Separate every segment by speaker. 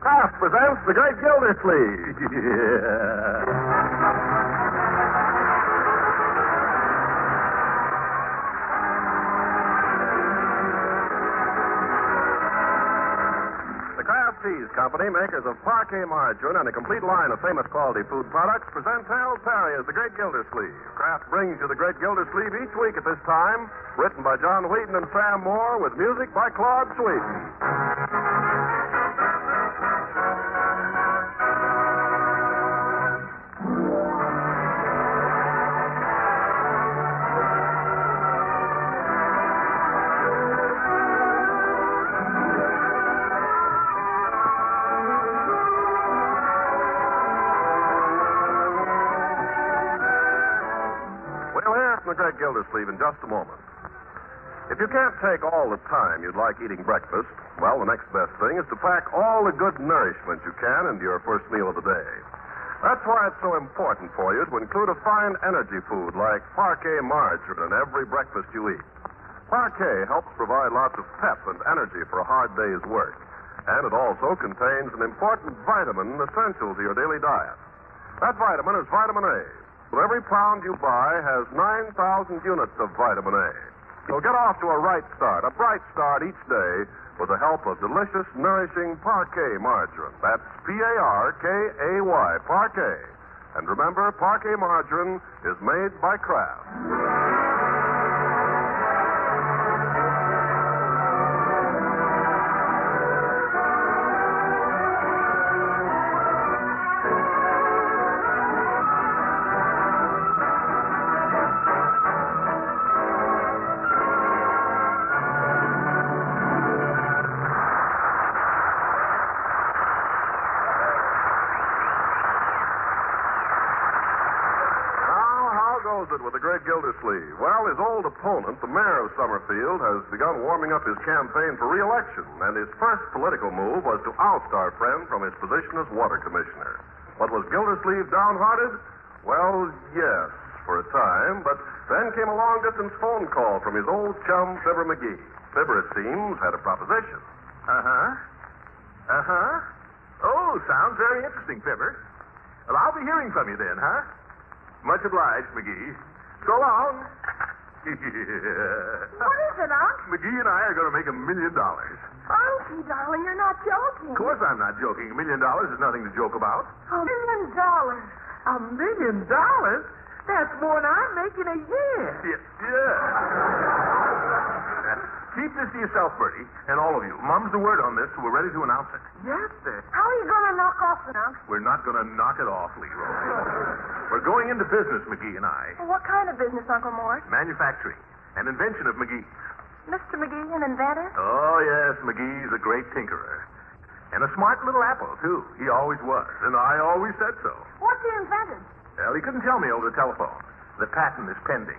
Speaker 1: Kraft presents The Great Gildersleeve. yeah. The Kraft Cheese Company, makers of parquet margarine and a complete line of famous quality food products, presents Hal Perry as The Great Gildersleeve. Kraft brings you The Great Gildersleeve each week at this time, written by John Wheaton and Sam Moore, with music by Claude Sweeten. We'll hear from the great Gildersleeve in just a moment. If you can't take all the time you'd like eating breakfast, well, the next best thing is to pack all the good nourishment you can into your first meal of the day. That's why it's so important for you to include a fine energy food like parquet margarine in every breakfast you eat. Parquet helps provide lots of pep and energy for a hard day's work, and it also contains an important vitamin essential to your daily diet. That vitamin is vitamin A. Well, every pound you buy has 9,000 units of vitamin A. So get off to a right start, a bright start each day with the help of delicious, nourishing parquet margarine. That's P-A-R-K-A-Y, parquet. And remember, parquet margarine is made by Kraft. Now, how goes it with the great Gildersleeve? Well, his old opponent, the mayor of Summerfield, has begun warming up his campaign for re-election, and his first political move was to oust our friend from his position as water commissioner. But was Gildersleeve downhearted? Well, yes, for a time, but then came a long-distance phone call from his old chum, Fibber McGee. Fibber, it seems, had a proposition.
Speaker 2: Uh huh. Uh huh. Oh, sounds very interesting, Fibber. Well, I'll be hearing from you then, huh? Much obliged, McGee. So long.
Speaker 3: What is it, Unc?
Speaker 2: McGee and I are going to make a million dollars.
Speaker 3: Unky, darling, you're not joking.
Speaker 2: Of course, I'm not joking. A million dollars is nothing to joke about.
Speaker 3: A million dollars.
Speaker 4: A million dollars? That's more than I'm making a year.
Speaker 2: Yeah. Keep this to yourself, Bertie, and all of you. Mum's the word on this, so we're ready to announce it.
Speaker 4: Yes, sir.
Speaker 3: How are you going to knock off an Unc?
Speaker 2: We're not going to knock it off, Leroy. We're going into business, McGee and I.
Speaker 3: What kind of business, Uncle Morris?
Speaker 2: Manufacturing. An invention of McGee.
Speaker 3: Mr. McGee, an inventor?
Speaker 2: Oh, yes, McGee's a great tinkerer. And a smart little apple, too. He always was, and I always said so.
Speaker 3: What's he invented?
Speaker 2: Well, he couldn't tell me over the telephone. The patent is pending.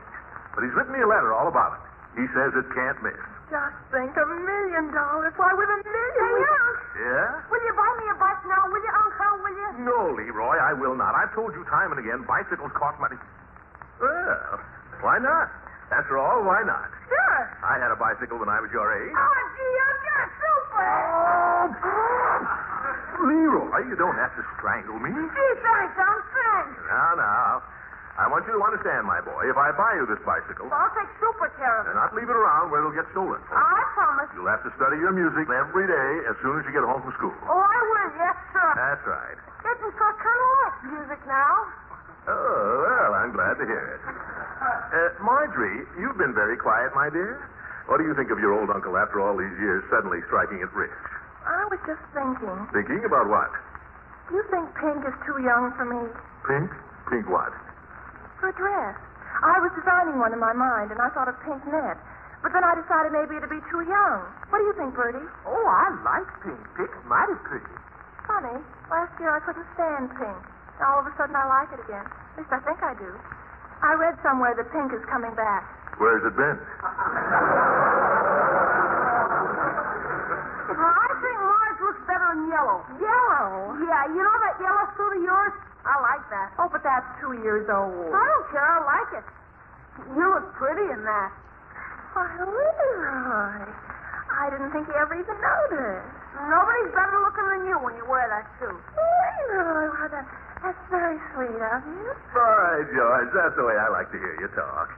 Speaker 2: But he's written me a letter all about it. He says it can't miss.
Speaker 4: Just think, a million dollars. Why, with a million...
Speaker 3: Hey,
Speaker 4: we-
Speaker 3: Unc,
Speaker 2: Yeah?
Speaker 3: will you buy me a bike now? Will you, Unc? How will you?
Speaker 2: No, Leroy, I will not. I've told you time and again, bicycles cost money. Well, why not? After all, why not?
Speaker 3: Sure.
Speaker 2: I had a bicycle when I was your age.
Speaker 3: Oh, gee, Unc, you're super.
Speaker 2: Leroy, you don't have to strangle me.
Speaker 3: Gee, thanks, Unc, thanks.
Speaker 2: Now, now, I want you to understand, my boy, if I buy you this bicycle,
Speaker 3: I'll take super care of
Speaker 2: do
Speaker 3: it.
Speaker 2: not leave it around where it'll get stolen.
Speaker 3: I promise.
Speaker 2: You'll have to study your music every day as soon as you get home from school.
Speaker 3: Oh, I will, yes, sir.
Speaker 2: That's right.
Speaker 3: Getting so kind of like music now.
Speaker 2: Oh, well, I'm glad to hear it. Uh, Marjorie, you've been very quiet, my dear. What do you think of your old uncle after all these years suddenly striking it rich?
Speaker 3: I was just thinking.
Speaker 2: Thinking about what?
Speaker 3: Do you think pink is too young for me?
Speaker 2: Pink? Pink what?
Speaker 3: For a dress. I was designing one in my mind, and I thought of pink net. But then I decided maybe it'd be too young. What do you think, Bertie?
Speaker 4: Oh, I like pink. Pink's mighty pretty.
Speaker 3: Funny. Last year I couldn't stand pink. Now all of a sudden I like it again. At least I think I do. I read somewhere that pink is coming back.
Speaker 2: Where's it been?
Speaker 3: I think orange looks better than yellow. Yellow? Yeah, you know that yellow suit of yours? I like that.
Speaker 4: Oh, but that's two years old.
Speaker 3: I don't care. I like it. You look pretty in that. Why, Leroy. I didn't think you ever even noticed. Nobody's better looking than you when you wear that, too. Well, now, that, that's very sweet of you.
Speaker 2: All right, George, that's the way I like to hear you talk.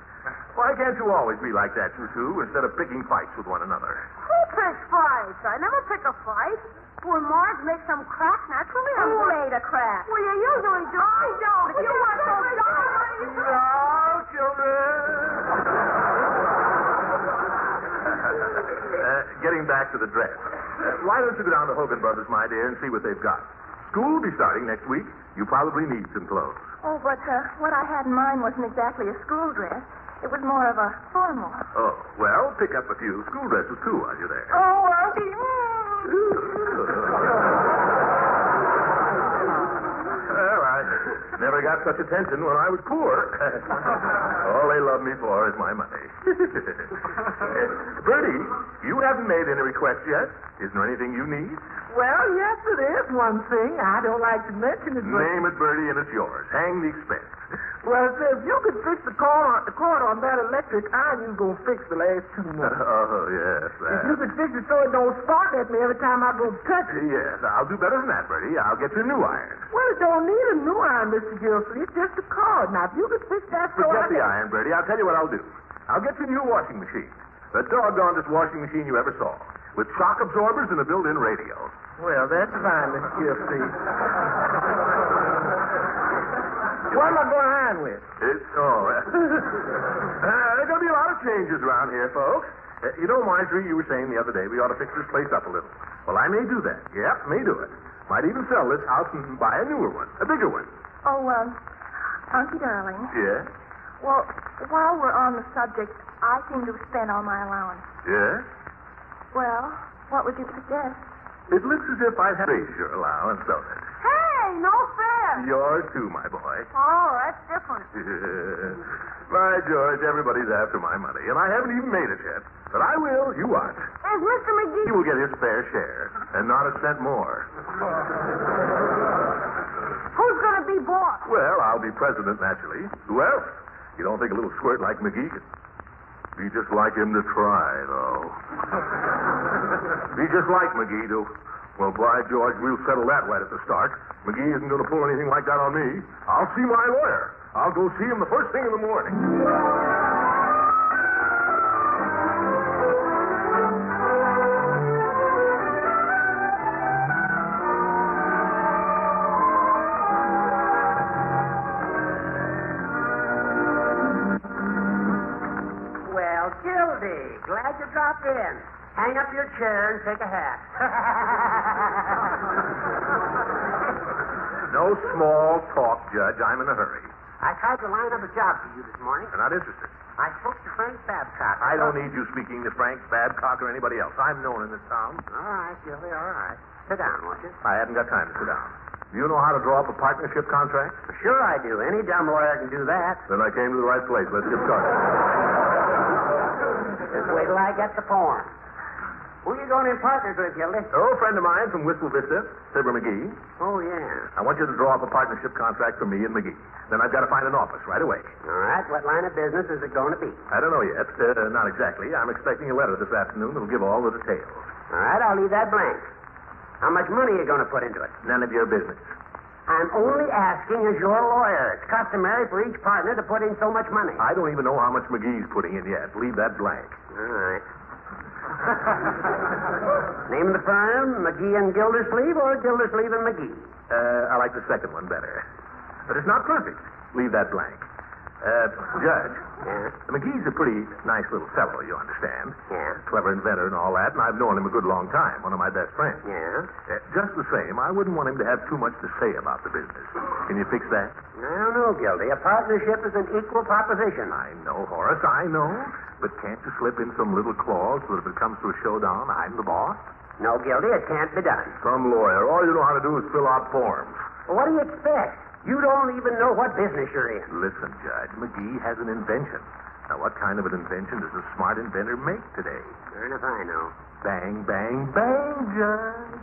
Speaker 2: Why can't you always be like that, you two, instead of picking fights with one another?
Speaker 5: Who picks fights? I never pick a fight. Poor Marge makes some crack naturally. I'm
Speaker 3: Who
Speaker 5: going-
Speaker 3: made a crack?
Speaker 5: Well, you usually do. I don't. If you want those dollars,
Speaker 2: Now, children. uh, getting back to the dress. Uh, why don't you go down to Hogan Brothers, my dear, and see what they've got? School will be starting next week. You probably need some clothes.
Speaker 3: Oh, but uh, what I had in mind wasn't exactly a school dress. It was more of a formal.
Speaker 2: Oh, well, pick up a few school dresses, too, while you're there.
Speaker 3: Oh, Auntie. mm.
Speaker 2: Well, I never got such attention when I was poor. All they love me for is my money. Bertie, you haven't made any requests yet. Isn't there anything you need?
Speaker 4: Well, yes, it is one thing. I don't like to mention it, but...
Speaker 2: Name it, Bertie, and it's yours. Hang the expense.
Speaker 4: Well, it says you could fix the cord, the cord on that electric iron, you going to fix the last two months.
Speaker 2: Oh, yes.
Speaker 4: If you
Speaker 2: that.
Speaker 4: could fix it so it don't spark at me every time I go touch it.
Speaker 2: Yes, I'll do better than that, Bertie. I'll get you a new iron.
Speaker 4: Well, it don't need a new iron, Mr. Gilford. It's just a cord. Now, if you could fix that so I
Speaker 2: Forget the
Speaker 4: can-
Speaker 2: iron, Bertie. I'll tell you what I'll do. I'll get you a new washing machine. The doggonest washing machine you ever saw. With shock absorbers and a built-in radio.
Speaker 4: Well, that's fine, Mr. Gilford. what am I going to iron with?
Speaker 2: It's all right. uh, there's going to be a lot of changes around here, folks. Uh, you know, Marjorie, you were saying the other day we ought to fix this place up a little. Well, I may do that. Yep, may do it. Might even sell this house and buy a newer one, a bigger one.
Speaker 3: Oh, um, Auntie darling.
Speaker 2: Yeah?
Speaker 3: Well, while we're on the subject, I seem to have spent all my allowance.
Speaker 2: Yeah?
Speaker 3: Well, what would you suggest?
Speaker 2: It looks as if I had raised your allowance, don't it?
Speaker 5: Hey, no fair.
Speaker 2: Yours too, my boy.
Speaker 5: Oh, that's different.
Speaker 2: my George, everybody's after my money, and I haven't even made it yet. But I will, you want.
Speaker 5: Is Mr.
Speaker 2: He
Speaker 5: McGee?
Speaker 2: will get his fair share, and not a cent more.
Speaker 5: Who's going to be boss?
Speaker 2: Well, I'll be president, naturally. Who else? You don't think a little squirt like McGee could? Be just like him to try, though. be just like McGee to. Well, by George, we'll settle that right at the start. McGee isn't going to pull anything like that on me. I'll see my lawyer. I'll go see him the first thing in the morning.
Speaker 6: Well, Gildy, glad you dropped in. Hang up your chair and take a hat.
Speaker 2: No small talk, Judge. I'm in a hurry.
Speaker 6: I tried to line up a job for you this morning.
Speaker 2: I'm not interested.
Speaker 6: I spoke to Frank Babcock.
Speaker 2: I don't need you speaking to Frank Babcock or anybody else. I'm known in this town.
Speaker 6: All right, Gildy, all right. Sit down, won't you?
Speaker 2: I haven't got time to sit down. Do you know how to draw up a partnership contract?
Speaker 6: Sure I do. Any dumb lawyer can do that.
Speaker 2: Then I came to the right place. Let's get started.
Speaker 6: Just wait till I get the form. Who you going in partners with, Gildy?
Speaker 2: An old friend of mine from Whistle Vista, Fibber McGee.
Speaker 6: Oh, yeah.
Speaker 2: I want you to draw up a partnership contract for me and McGee. Then I've got to find an office right away.
Speaker 6: All right, what line of business is it going to be?
Speaker 2: I don't know yet. Uh, not exactly. I'm expecting a letter this afternoon that'll give all the details.
Speaker 6: All right, I'll leave that blank. How much money are you going to put into it?
Speaker 2: None of your business.
Speaker 6: I'm only asking as your lawyer. It's customary for each partner to put in so much money.
Speaker 2: I don't even know how much McGee's putting in yet. Leave that blank.
Speaker 6: All right. Name of the firm, McGee and Gildersleeve or Gildersleeve and McGee?
Speaker 2: Uh, I like the second one better. But it's not perfect. Leave that blank. Uh, Judge,
Speaker 6: Yeah,
Speaker 2: McGee's a pretty nice little fellow, you understand.
Speaker 6: yeah,
Speaker 2: Clever inventor and all that, and I've known him a good long time, one of my best friends.
Speaker 6: yeah.
Speaker 2: Uh, just the same, I wouldn't want him to have too much to say about the business. Can you fix that?
Speaker 6: I don't know, Gildy. A partnership is an equal proposition.
Speaker 2: I know, Horace, I know. But can't you slip in some little clause so that if it comes to a showdown, I'm the boss?
Speaker 6: No, Gildy, it can't be done.
Speaker 2: Some lawyer, all you know how to do is fill out forms.
Speaker 6: What do you expect? You don't even know what business you're in.
Speaker 2: Listen, Judge, McGee has an invention. Now, what kind of an invention does a smart inventor make today?
Speaker 6: Sure enough, I know.
Speaker 2: Bang, bang, bang, Judge.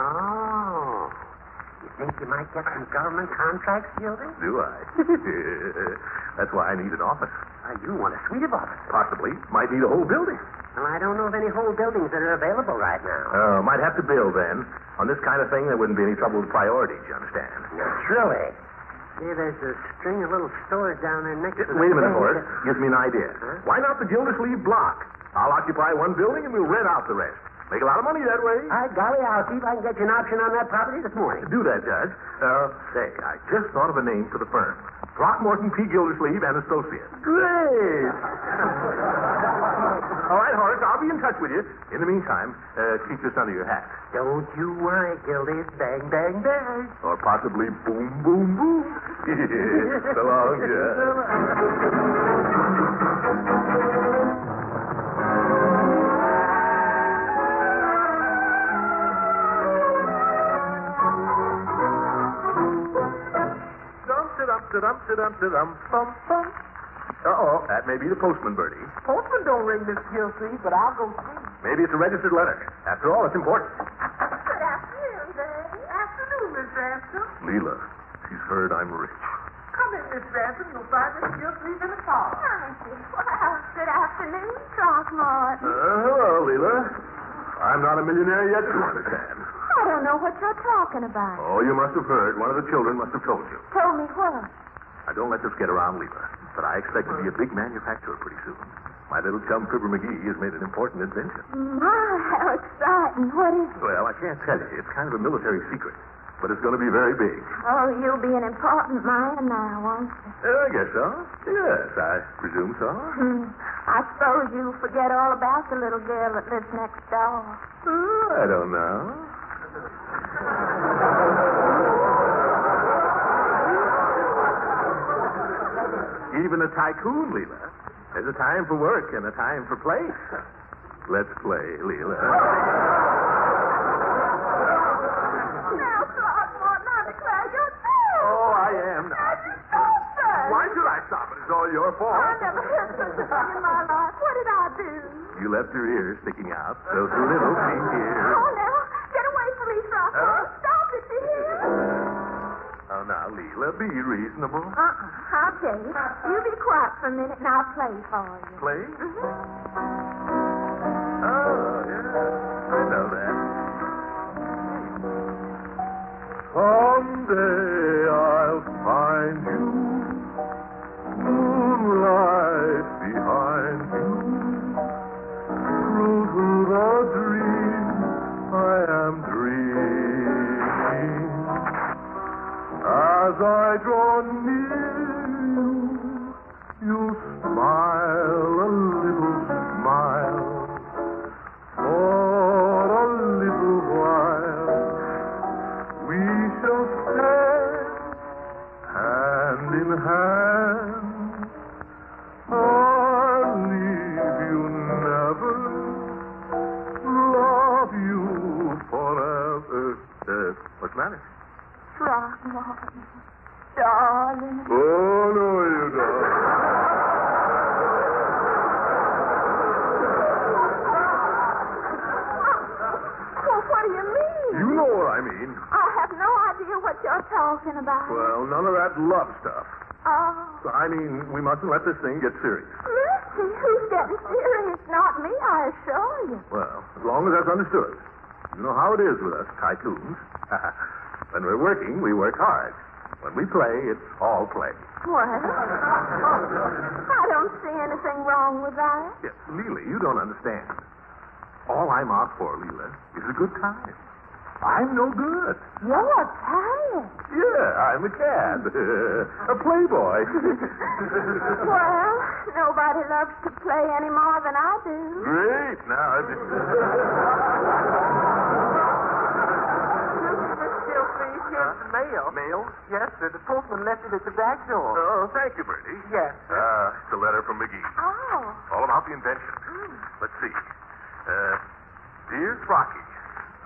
Speaker 6: Oh. You think you might get some government contracts, Gildy?
Speaker 2: Do I? That's why I need an office.
Speaker 6: Uh, you want a suite of offices.
Speaker 2: Possibly. Might need a whole building.
Speaker 6: Well, I don't know of any whole buildings that are available right now.
Speaker 2: Uh, might have to build then. On this kind of thing, there wouldn't be any trouble with priorities, you understand?
Speaker 6: Surely. See, there's a string of little stores down there next to the
Speaker 2: Wait a minute,
Speaker 6: thing.
Speaker 2: Horace. Gives me an idea. Why not the Gildersleeve block? I'll occupy one building and we'll rent out the rest. Make a lot of money that way.
Speaker 6: By golly, I'll see if I can get you an option on that property this morning.
Speaker 2: Do that, Judge. Uh, say, I just thought of a name for the firm. Throckmorton P. Gildersleeve and Associates. Great! All right, Horace, I'll be in touch with you. In the meantime, uh, keep this under your hat.
Speaker 6: Don't you worry, Gildy. It's bang, bang, bang.
Speaker 2: Or possibly boom, boom, boom. so long, Judge. Dum, da-dum, da-dum, da-dum, da-dum, bum, bum. Uh-oh, that may be the postman, Bertie.
Speaker 4: Postman don't ring this Gilsey, but I'll go see.
Speaker 2: Maybe it's a registered letter. After all, it's important.
Speaker 5: Good afternoon, Daddy. Afternoon, Miss Ransom.
Speaker 2: Leela, she's heard I'm rich.
Speaker 4: Come in, Miss Ransom. You'll find this Gilsey in the parlor.
Speaker 3: Well, good afternoon, Throckmorton.
Speaker 2: Uh, hello, Leela. I'm not a millionaire yet, you understand.
Speaker 3: I don't know what you're talking about.
Speaker 2: Oh, you must have heard. One of the children must have told you.
Speaker 3: Tell me what.
Speaker 2: I don't let this get around, Leela, but I expect to be a big manufacturer pretty soon. My little chum, Fibber McGee, has made an important invention.
Speaker 3: My, how exciting. What is it?
Speaker 2: Well, I can't tell you. It's kind of a military secret, but it's going to be very big.
Speaker 3: Oh, you'll be an important man now, won't you?
Speaker 2: Uh, I guess so. Yes, I presume so.
Speaker 3: Hmm. I suppose you forget all about the little girl that lives next door.
Speaker 2: Uh, I don't know. Even a tycoon, Leela. There's a time for work and a time for play. Let's play, Leela.
Speaker 5: Now, Throckmorton, I declare you're through.
Speaker 2: Oh, I am now.
Speaker 5: Daddy, stop that.
Speaker 2: Why should I stop it? It's all your
Speaker 5: I
Speaker 2: fault.
Speaker 5: never heard such a thing in my life. What did I do?
Speaker 2: You left your ears sticking out. Those little pink ears.
Speaker 5: Oh, now, get away from me, Throckmorton.
Speaker 2: Huh?
Speaker 5: Stop it, you hear?
Speaker 2: Oh, now, Leela, be reasonable.
Speaker 3: Uh-uh. I'll tell you. You be quiet for a minute and I'll play for you.
Speaker 2: Play? Oh, yeah. I know that. Someday I'll find you. Moonlight behind you. True to the dream I am dreaming. As I draw near you. You smile a little smile for a little while. We shall stand hand in hand. I'll leave you never, love you forever. Uh, what's the matter?
Speaker 3: Throckmorton. Darling.
Speaker 2: Oh, no, you don't.
Speaker 3: Well, what do you mean?
Speaker 2: You know what I mean.
Speaker 3: I have no idea what you're talking about.
Speaker 2: Well, none of that love stuff.
Speaker 3: Oh,
Speaker 2: I mean, we mustn't let this thing get serious.
Speaker 3: mercy, who's getting serious? Not me, I assure you.
Speaker 2: Well, as long as that's understood. You know how it is with us tycoons. when we're working, we work hard. When we play, it's all play.
Speaker 3: Well, I don't see anything wrong with that.
Speaker 2: Yes, Leela, you don't understand. All I'm out for, Leela, is a good time. I'm no good.
Speaker 3: You're tired.
Speaker 2: Yeah, I'm a cad. a playboy.
Speaker 3: Well, nobody loves to play any more than I do.
Speaker 2: Great. Now, uh, if you-
Speaker 4: Miss Gilsey, here's the mail.
Speaker 2: mail?
Speaker 4: Uh-huh. Yes, sir. The postman left it at the back door.
Speaker 2: Oh, thank you, Bertie.
Speaker 4: Yes.
Speaker 2: Uh, it's a letter from McGee.
Speaker 3: Oh,
Speaker 2: All about the invention. Let's see. Uh, dear Rocky,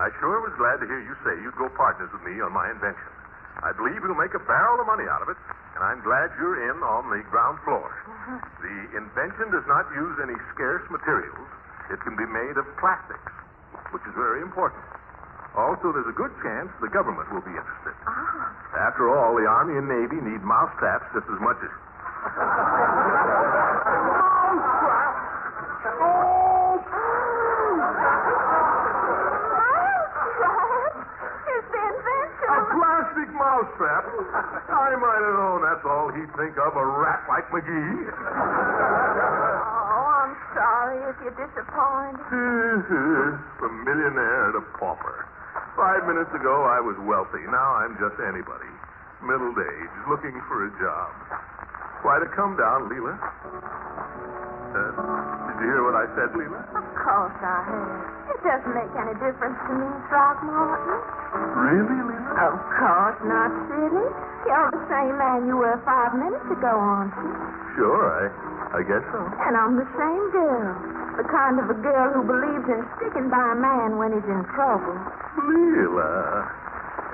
Speaker 2: I sure was glad to hear you say you'd go partners with me on my invention. I believe you'll make a barrel of money out of it, and I'm glad you're in on the ground floor. The invention does not use any scarce materials. It can be made of plastics, which is very important. Also, there's a good chance the government will be interested. After all, the Army and Navy need mousetraps just as much as.
Speaker 4: Oh, crap.
Speaker 2: Oh, plastic mousetrap. I might have known that's all he'd think of, a rat like McGee.
Speaker 3: Oh, I'm sorry if you're disappointed.
Speaker 2: From millionaire to pauper. Five minutes ago, I was wealthy. Now I'm just anybody. Middle aged, looking for a job. Why, to come down, Leela. Uh, did you hear what I said, Leela?
Speaker 3: Of course I have. It doesn't make any difference to me, Throckmorton.
Speaker 2: Really, Leela?
Speaker 3: Of course not, silly. You're the same man you were five minutes ago, aren't you?
Speaker 2: Sure, I, I guess so.
Speaker 3: And I'm the same girl. The kind of a girl who believes in sticking by a man when he's in trouble.
Speaker 2: Leela,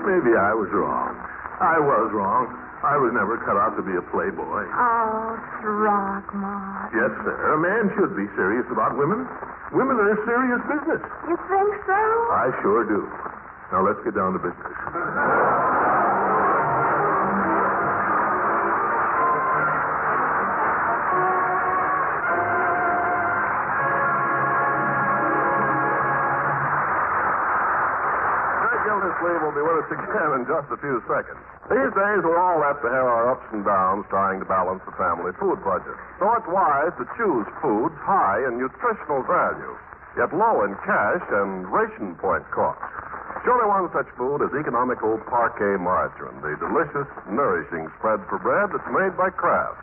Speaker 2: maybe I was wrong. I was wrong. I was never cut out to be a playboy.
Speaker 3: Oh, Throckmorton.
Speaker 2: Yes, sir. A man should be serious about women. Women are serious business.
Speaker 3: You think so?
Speaker 2: I sure do. Now let's get down to business.
Speaker 1: Greg Gildersleeve will be with us again in just a few seconds. These days, we're all apt to have our ups and downs trying to balance the family food budget. So it's wise to choose foods high in nutritional value, yet low in cash and ration point cost. Surely one such food is economical parquet margarine, the delicious, nourishing spread for bread that's made by Kraft.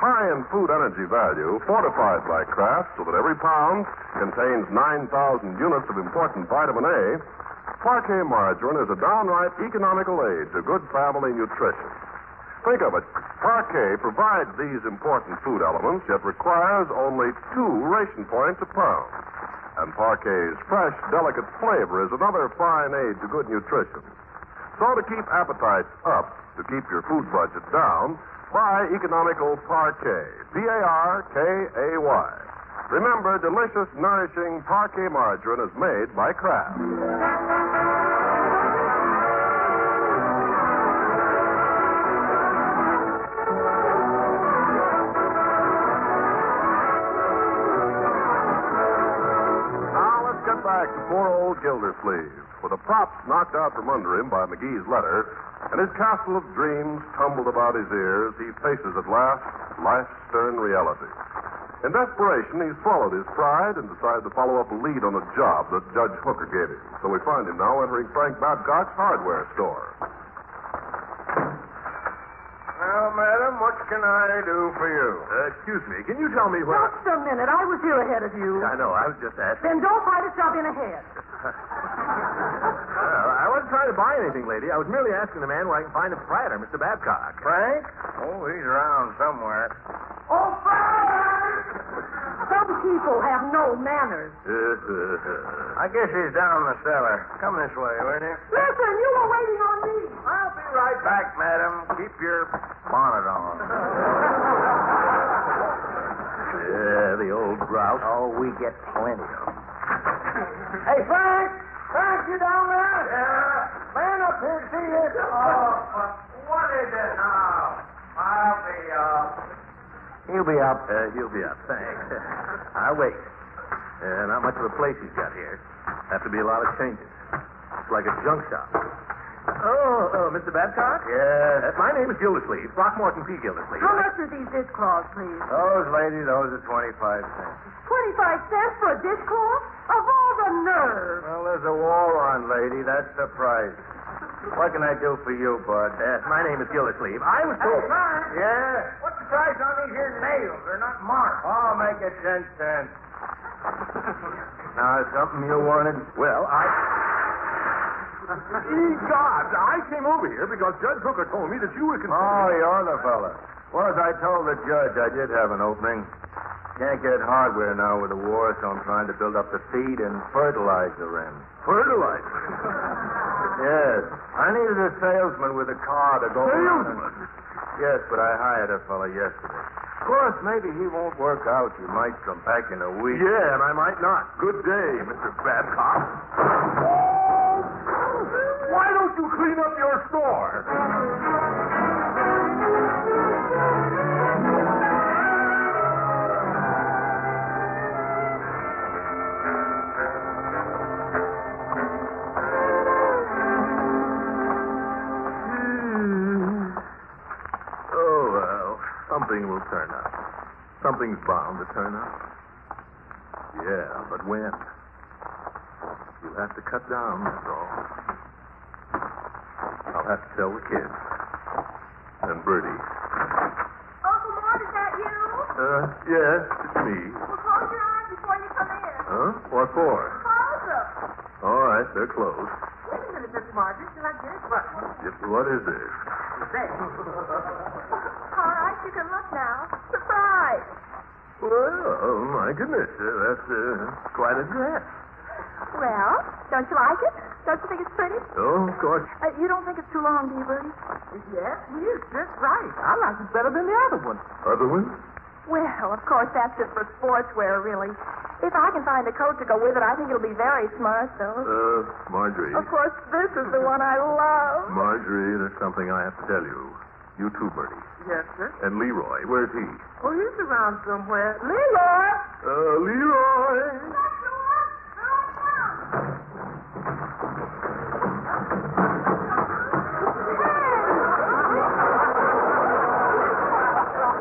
Speaker 1: High in food energy value, fortified by Kraft so that every pound contains 9,000 units of important vitamin A, Parquet margarine is a downright economical aid to good family nutrition. Think of it. Parquet provides these important food elements, yet requires only two ration points a pound. And parquet's fresh, delicate flavor is another fine aid to good nutrition. So to keep appetites up, to keep your food budget down, buy economical parquet. P-A-R-K-A-Y. Remember, delicious, nourishing parquet margarine is made by Kraft. Now let's get back to poor old Gildersleeve, with the props knocked out from under him by McGee's letter, and his castle of dreams tumbled about his ears. He faces at last life's stern reality. In desperation, he swallowed his pride and decided to follow up a lead on a job that Judge Hooker gave him. So we find him now entering Frank Babcock's hardware store.
Speaker 2: Well, madam, what can I do for you? Uh, excuse me, can you tell me where...
Speaker 6: Just a minute. I was here ahead of you.
Speaker 2: I know, I was just asking.
Speaker 6: Then don't fight yourself in ahead.
Speaker 2: Well, Uh, I wasn't trying to buy anything, lady. I was merely asking the man where I can find a proprietor, Mr. Babcock.
Speaker 4: Frank?
Speaker 2: Oh, he's around somewhere.
Speaker 6: Oh, Father! Some people have no manners.
Speaker 2: I
Speaker 4: guess he's down in the cellar. Come this way, will you?
Speaker 6: Listen, you were waiting on me.
Speaker 4: I'll be right back, madam. Keep your bonnet on.
Speaker 2: Yeah, the old grouse.
Speaker 4: Oh, we get plenty of them. Hey, Frank! Frank, you down there? Yeah. Man up here, see you.
Speaker 2: what is it now? I'll be uh, up. He'll be up. Uh, he'll be up. Thanks. I wait. Uh, not much of a place he's got here. Have to be a lot of changes. It's like a junk shop. Oh, oh, Mr. Babcock? Yeah. My name is Gildersleeve. Throckmorton P. Gildersleeve.
Speaker 5: How much are these dishcloths, please?
Speaker 2: Those, lady, those are 25 cents.
Speaker 5: 25 cents for a dishcloth? Of all the nerve!
Speaker 2: Well, there's a wall on, lady. That's the price. What can I do for you, bud? Yes, my name is Gildersleeve. I was told. Yeah?
Speaker 4: What's the size on these here nails? They're not marked.
Speaker 2: Oh, make it ten cents. now, is something you wanted? Well, I. Ye gods, I came over here because Judge Hooker told me that you were considering. Oh, you're the fella. Was I told the judge I did have an opening? Can't get hardware now with the war, so I'm trying to build up the feed and fertilizer in. Fertilizer? yes. I needed a salesman with a car to go. Salesman? Yes, but I hired a fella yesterday. Of course, maybe he won't work out. You might come back in a week. Yeah, and I might not. Good day, Mr. Babcock. Why don't you clean up your store? Oh, something will turn up. Something's bound to turn up. Yeah, but when? You'll have to cut down, that's all. I'll have to tell the kids. And Bertie.
Speaker 3: Uncle Mort, is that you?
Speaker 2: Uh, yes, it's me.
Speaker 3: Well, close your eyes before you come in.
Speaker 2: Huh? What for?
Speaker 3: Close them.
Speaker 2: All right, they're closed.
Speaker 5: Wait a minute, Miss Margaret. Did I get it? What?
Speaker 2: Yep, What is this?
Speaker 6: Say,
Speaker 3: All right, you can look now. Surprise!
Speaker 2: Well, oh my goodness, uh, that's uh, quite a dress.
Speaker 3: Well, don't you like it? Don't you think it's pretty?
Speaker 2: Oh, of course.
Speaker 3: Uh, you don't think it's too long, do you, Bertie?
Speaker 6: yes, he is just right. I like it better than the other one.
Speaker 2: Other one?
Speaker 3: Well, of course, that's just for sportswear, really. If I can find a coat to go with it, I think it'll be very smart, though.
Speaker 2: Uh, Marjorie.
Speaker 3: Of course, this is the one I love.
Speaker 2: Marjorie, there's something I have to tell you. You too, Bertie.
Speaker 6: Yes, sir.
Speaker 2: And Leroy, where's he?
Speaker 6: Oh, he's around somewhere. Leroy!
Speaker 2: Uh, Leroy!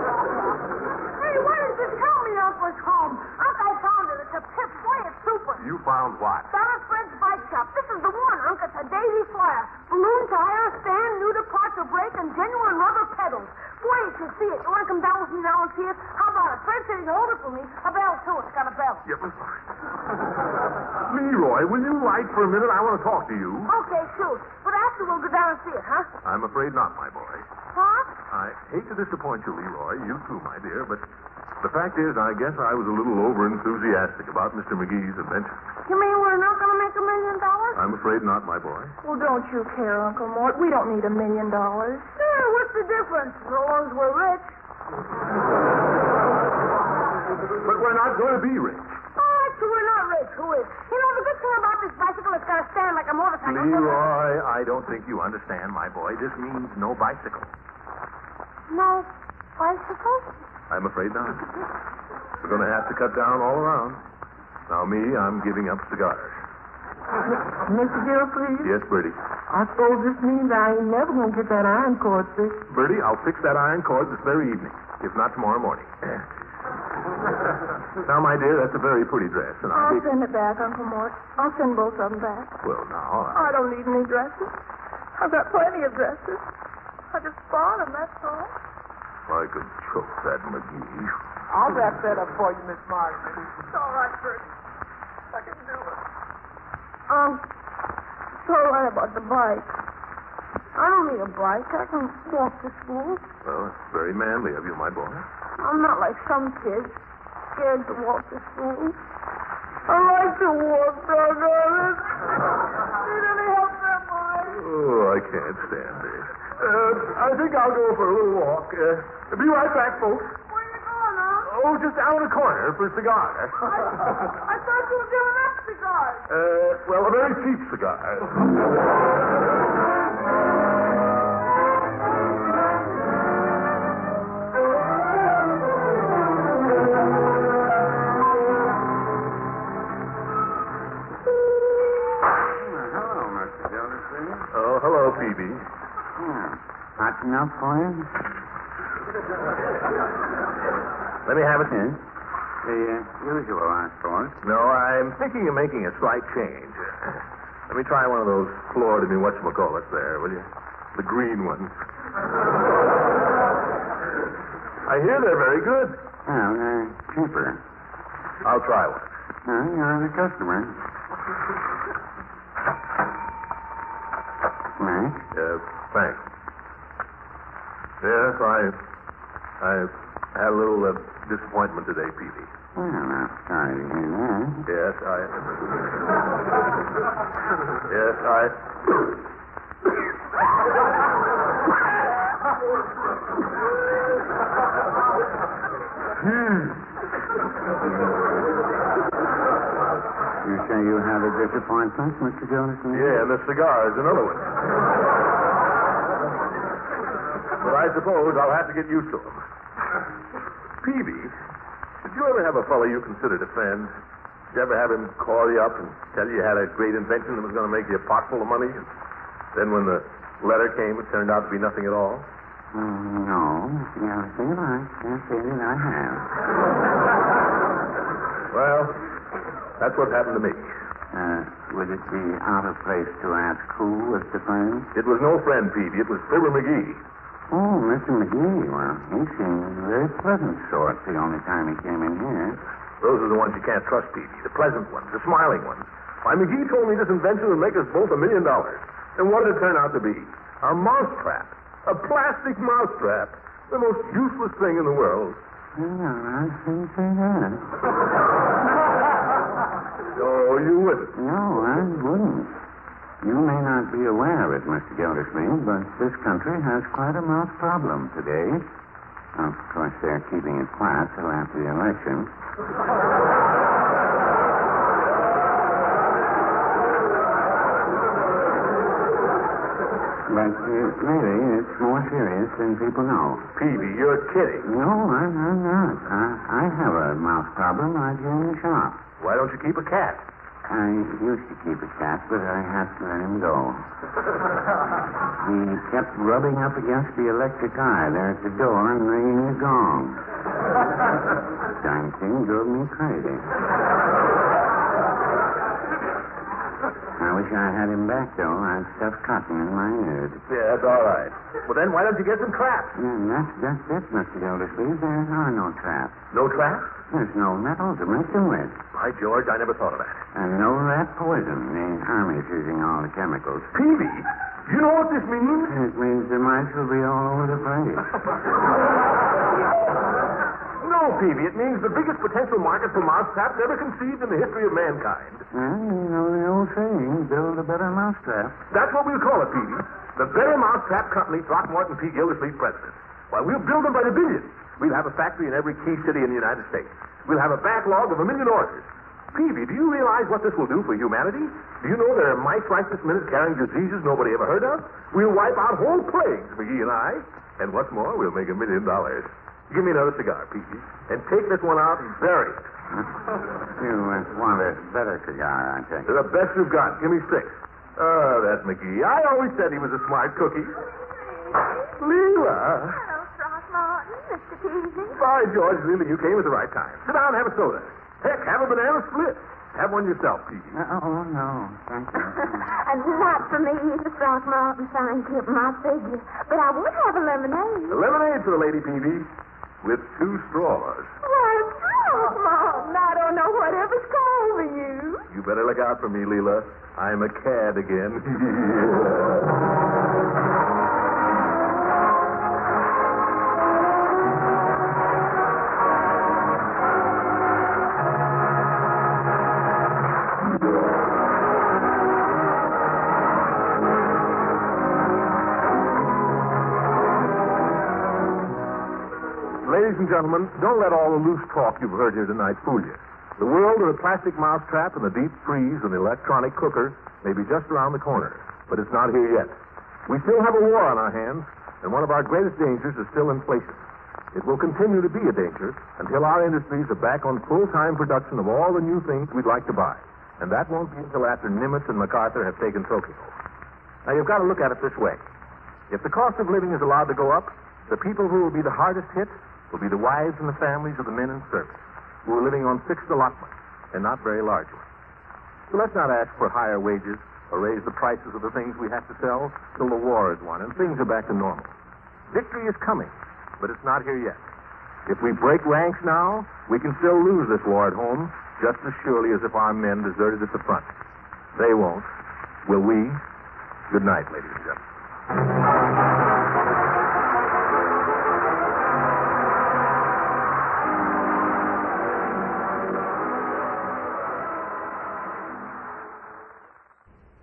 Speaker 5: Hey, what is this? Tell me else was home. Uncle found it. It's a pip. Boy, it's super.
Speaker 2: You found what?
Speaker 5: Down at Fred's bike shop. This is the one, Uncle. It's a Daisy Flyer. Balloon tire, stand, new to partial brake, and genuine rubber pedals. Boy, you should see it. You want to come down with me now and see it? How about it? Fred said he'd hold it for me. A bell, too. It's got a bell.
Speaker 2: Yep. Leroy, will you write for a minute? I want to talk to you.
Speaker 5: Okay, shoot. But after we'll go down and see it, huh?
Speaker 2: I'm afraid not, my boy.
Speaker 5: Huh?
Speaker 2: I hate to disappoint you, Leroy. You too, my dear. But the fact is, I guess I was a little over enthusiastic about Mr. McGee's adventure.
Speaker 5: You mean we're not going to make a million dollars?
Speaker 2: I'm afraid not, my boy.
Speaker 3: Well, don't you care, Uncle Mort. We don't need a million dollars.
Speaker 5: Sure, what's the difference? So long as we're rich.
Speaker 2: But we're not going to be rich.
Speaker 5: All right, so we're not rich. Who is? You know, the good thing about this bicycle, it's got to stand like a motorcycle.
Speaker 2: Leroy, I don't think you understand, my boy. This means no bicycle.
Speaker 5: No bicycle?
Speaker 2: I'm afraid not. We're going to have to cut down all around. Now, me, I'm giving up cigars.
Speaker 7: Mr. Gilcrease,
Speaker 2: Yes, Bertie.
Speaker 7: I suppose this means I ain't never gonna get that iron cord fixed.
Speaker 2: Bertie, I'll fix that iron cord this very evening, if not tomorrow morning. now, my dear, that's a very pretty dress, and I'll
Speaker 3: I'll
Speaker 2: be...
Speaker 3: send it back, Uncle Mort. I'll send both of them back.
Speaker 2: Well, now,
Speaker 3: I don't need any dresses. I've got plenty of dresses. I just bought them, that's all.
Speaker 2: if I could choke that McGee.
Speaker 6: I'll wrap that up for you, Miss Margaret.
Speaker 3: It's all right, Bertie. I can do it. Um, so what about the bike? I don't need a bike. I can walk to school.
Speaker 2: Well, it's very manly of you, my boy.
Speaker 3: I'm not like some kids, scared to walk to school. I like to walk, doggone it. Need any help there, boy?
Speaker 2: Oh, I can't stand this. Uh, I think I'll go for a little walk. Uh, be right back, folks.
Speaker 3: Where you going, huh?
Speaker 2: Oh, just out in the corner for a cigar.
Speaker 3: I thought you were giving up cigars.
Speaker 2: uh, well, a very cheap cigar.
Speaker 8: Hello, Mr. Gildersleeve.
Speaker 2: Oh, hello, Phoebe.
Speaker 8: Hmm. Hot enough for you?
Speaker 2: Let me have a seat.
Speaker 8: The uh, usual, I suppose.
Speaker 2: No, I'm thinking of making a slight change. Let me try one of those Florida me whatchamacallits there, will you? The green ones. I hear they're very good.
Speaker 8: Well, they're cheaper.
Speaker 2: I'll try one.
Speaker 8: No, you're the customer. Mac?
Speaker 2: Yes, Uh, thanks. Yes, I, I had a little uh, disappointment today, Peavy.
Speaker 8: Well, I'm sorry to hear that.
Speaker 2: Yes, I. yes, I.
Speaker 8: You say you have a disappointment, Mr. Gildersleeve?
Speaker 2: yeah, and the cigar is another one. but I suppose I'll have to get used to them. Peavy, did you ever have a fellow you considered a friend? Did you ever have him call you up and tell you you had a great invention that was going to make you a pot full of money? And then when the letter came, it turned out to be nothing at all?
Speaker 8: Mm, no, Mr. Galaxy, I can't say that I have.
Speaker 2: Well, that's what happened to me.
Speaker 8: Uh, would it be out of place to ask who was the friend?
Speaker 2: It was no friend, Peavy. It was Fibber McGee.
Speaker 8: Oh, Mr. McGee. Well, he seemed a very pleasant sort the only time he came in here.
Speaker 2: Those are the ones you can't trust, Peavy. The pleasant ones, the smiling ones. Why, McGee told me this invention would make us both a million dollars. And what did it turn out to be? A mousetrap. A plastic mousetrap. The most useless thing in the world.
Speaker 8: Well, I shouldn't say that.
Speaker 2: Oh, you wouldn't.
Speaker 8: No, I wouldn't. You may not be aware of it, Mr. Gildersleeve, but this country has quite a mouse problem today. Of course, they're keeping it quiet till after the election. But uh, really, it's more serious than people know.
Speaker 2: Peavy, you're kidding.
Speaker 8: No, I, I'm not. I, I have a mouse problem right here in the shop.
Speaker 2: Why don't you keep a cat?
Speaker 8: I used to keep a cat, but I had to let him go. he kept rubbing up against the electric eye there at the door and ringing the gong. Darn thing drove me crazy. I wish I had him back, though. I'd stuff cotton in my ears.
Speaker 2: Yeah, that's all right. Well, then why don't you get some traps?
Speaker 8: Yeah, that's, that's it, Mr. Gildersleeve. There are no traps.
Speaker 2: No traps?
Speaker 8: There's no metal to make them with.
Speaker 2: By George, I never thought of that.
Speaker 8: And no rat poison. The Army's using all the chemicals.
Speaker 2: Peavy, you know what this means?
Speaker 8: It means the mice will be all over the place.
Speaker 2: no, Peavy, it means the biggest potential market for mousetraps ever conceived in the history of mankind.
Speaker 8: Well, you know the old saying, build a better mousetrap.
Speaker 2: That's what we'll call it, Peavy. The Better Mousetrap Company, Throckmorton P. Gildersleeve president. Why, we'll build them by the billions. We'll have a factory in every key city in the United States. We'll have a backlog of a million orders. Peavy, do you realize what this will do for humanity? Do you know there are mice right this minute carrying diseases nobody ever heard of? We'll wipe out whole plagues, McGee and I. And what's more, we'll make a million dollars. Give me another cigar, Peavy, and take this one out and bury it.
Speaker 8: You must want a better cigar, I think.
Speaker 2: The best you've got. Give me six. Oh, that's McGee. I always said he was a smart cookie. Leela!
Speaker 5: Hello, Throckmorton, Mr. Peavy.
Speaker 2: By George, Leela, you came at the right time. Sit down and have a soda. Heck, have a banana split. Have one yourself, Peavy.
Speaker 8: Oh, no. Thank you.
Speaker 3: And not for me either, Throckmorton, trying to keep my figure. But I would have a lemonade.
Speaker 2: A lemonade for the lady, Peavy, with two straws.
Speaker 3: Why, Throckmorton, I don't know whatever's calling you.
Speaker 2: You better look out for me, Leela. I'm a cad again. Ladies and gentlemen, don't let all the loose talk you've heard here tonight fool you. The world of the plastic mousetrap and the deep freeze and the electronic cooker may be just around the corner, but it's not here yet. We still have a war on our hands, and one of our greatest dangers is still inflation. It will continue to be a danger until our industries are back on full-time production of all the new things we'd like to buy. And that won't be until after Nimitz and MacArthur have taken Tokyo. Now, you've got to look at it this way. If the cost of living is allowed to go up, the people who will be the hardest hit will be the wives and the families of the men in service who are living on fixed allotments and not very large ones. So let's not ask for higher wages or raise the prices of the things we have to sell till the war is won and things are back to normal. Victory is coming, but it's not here yet. If we break ranks now, we can still lose this war at home just as surely as if our men deserted at the front. They won't. Will we? Good night, ladies and gentlemen.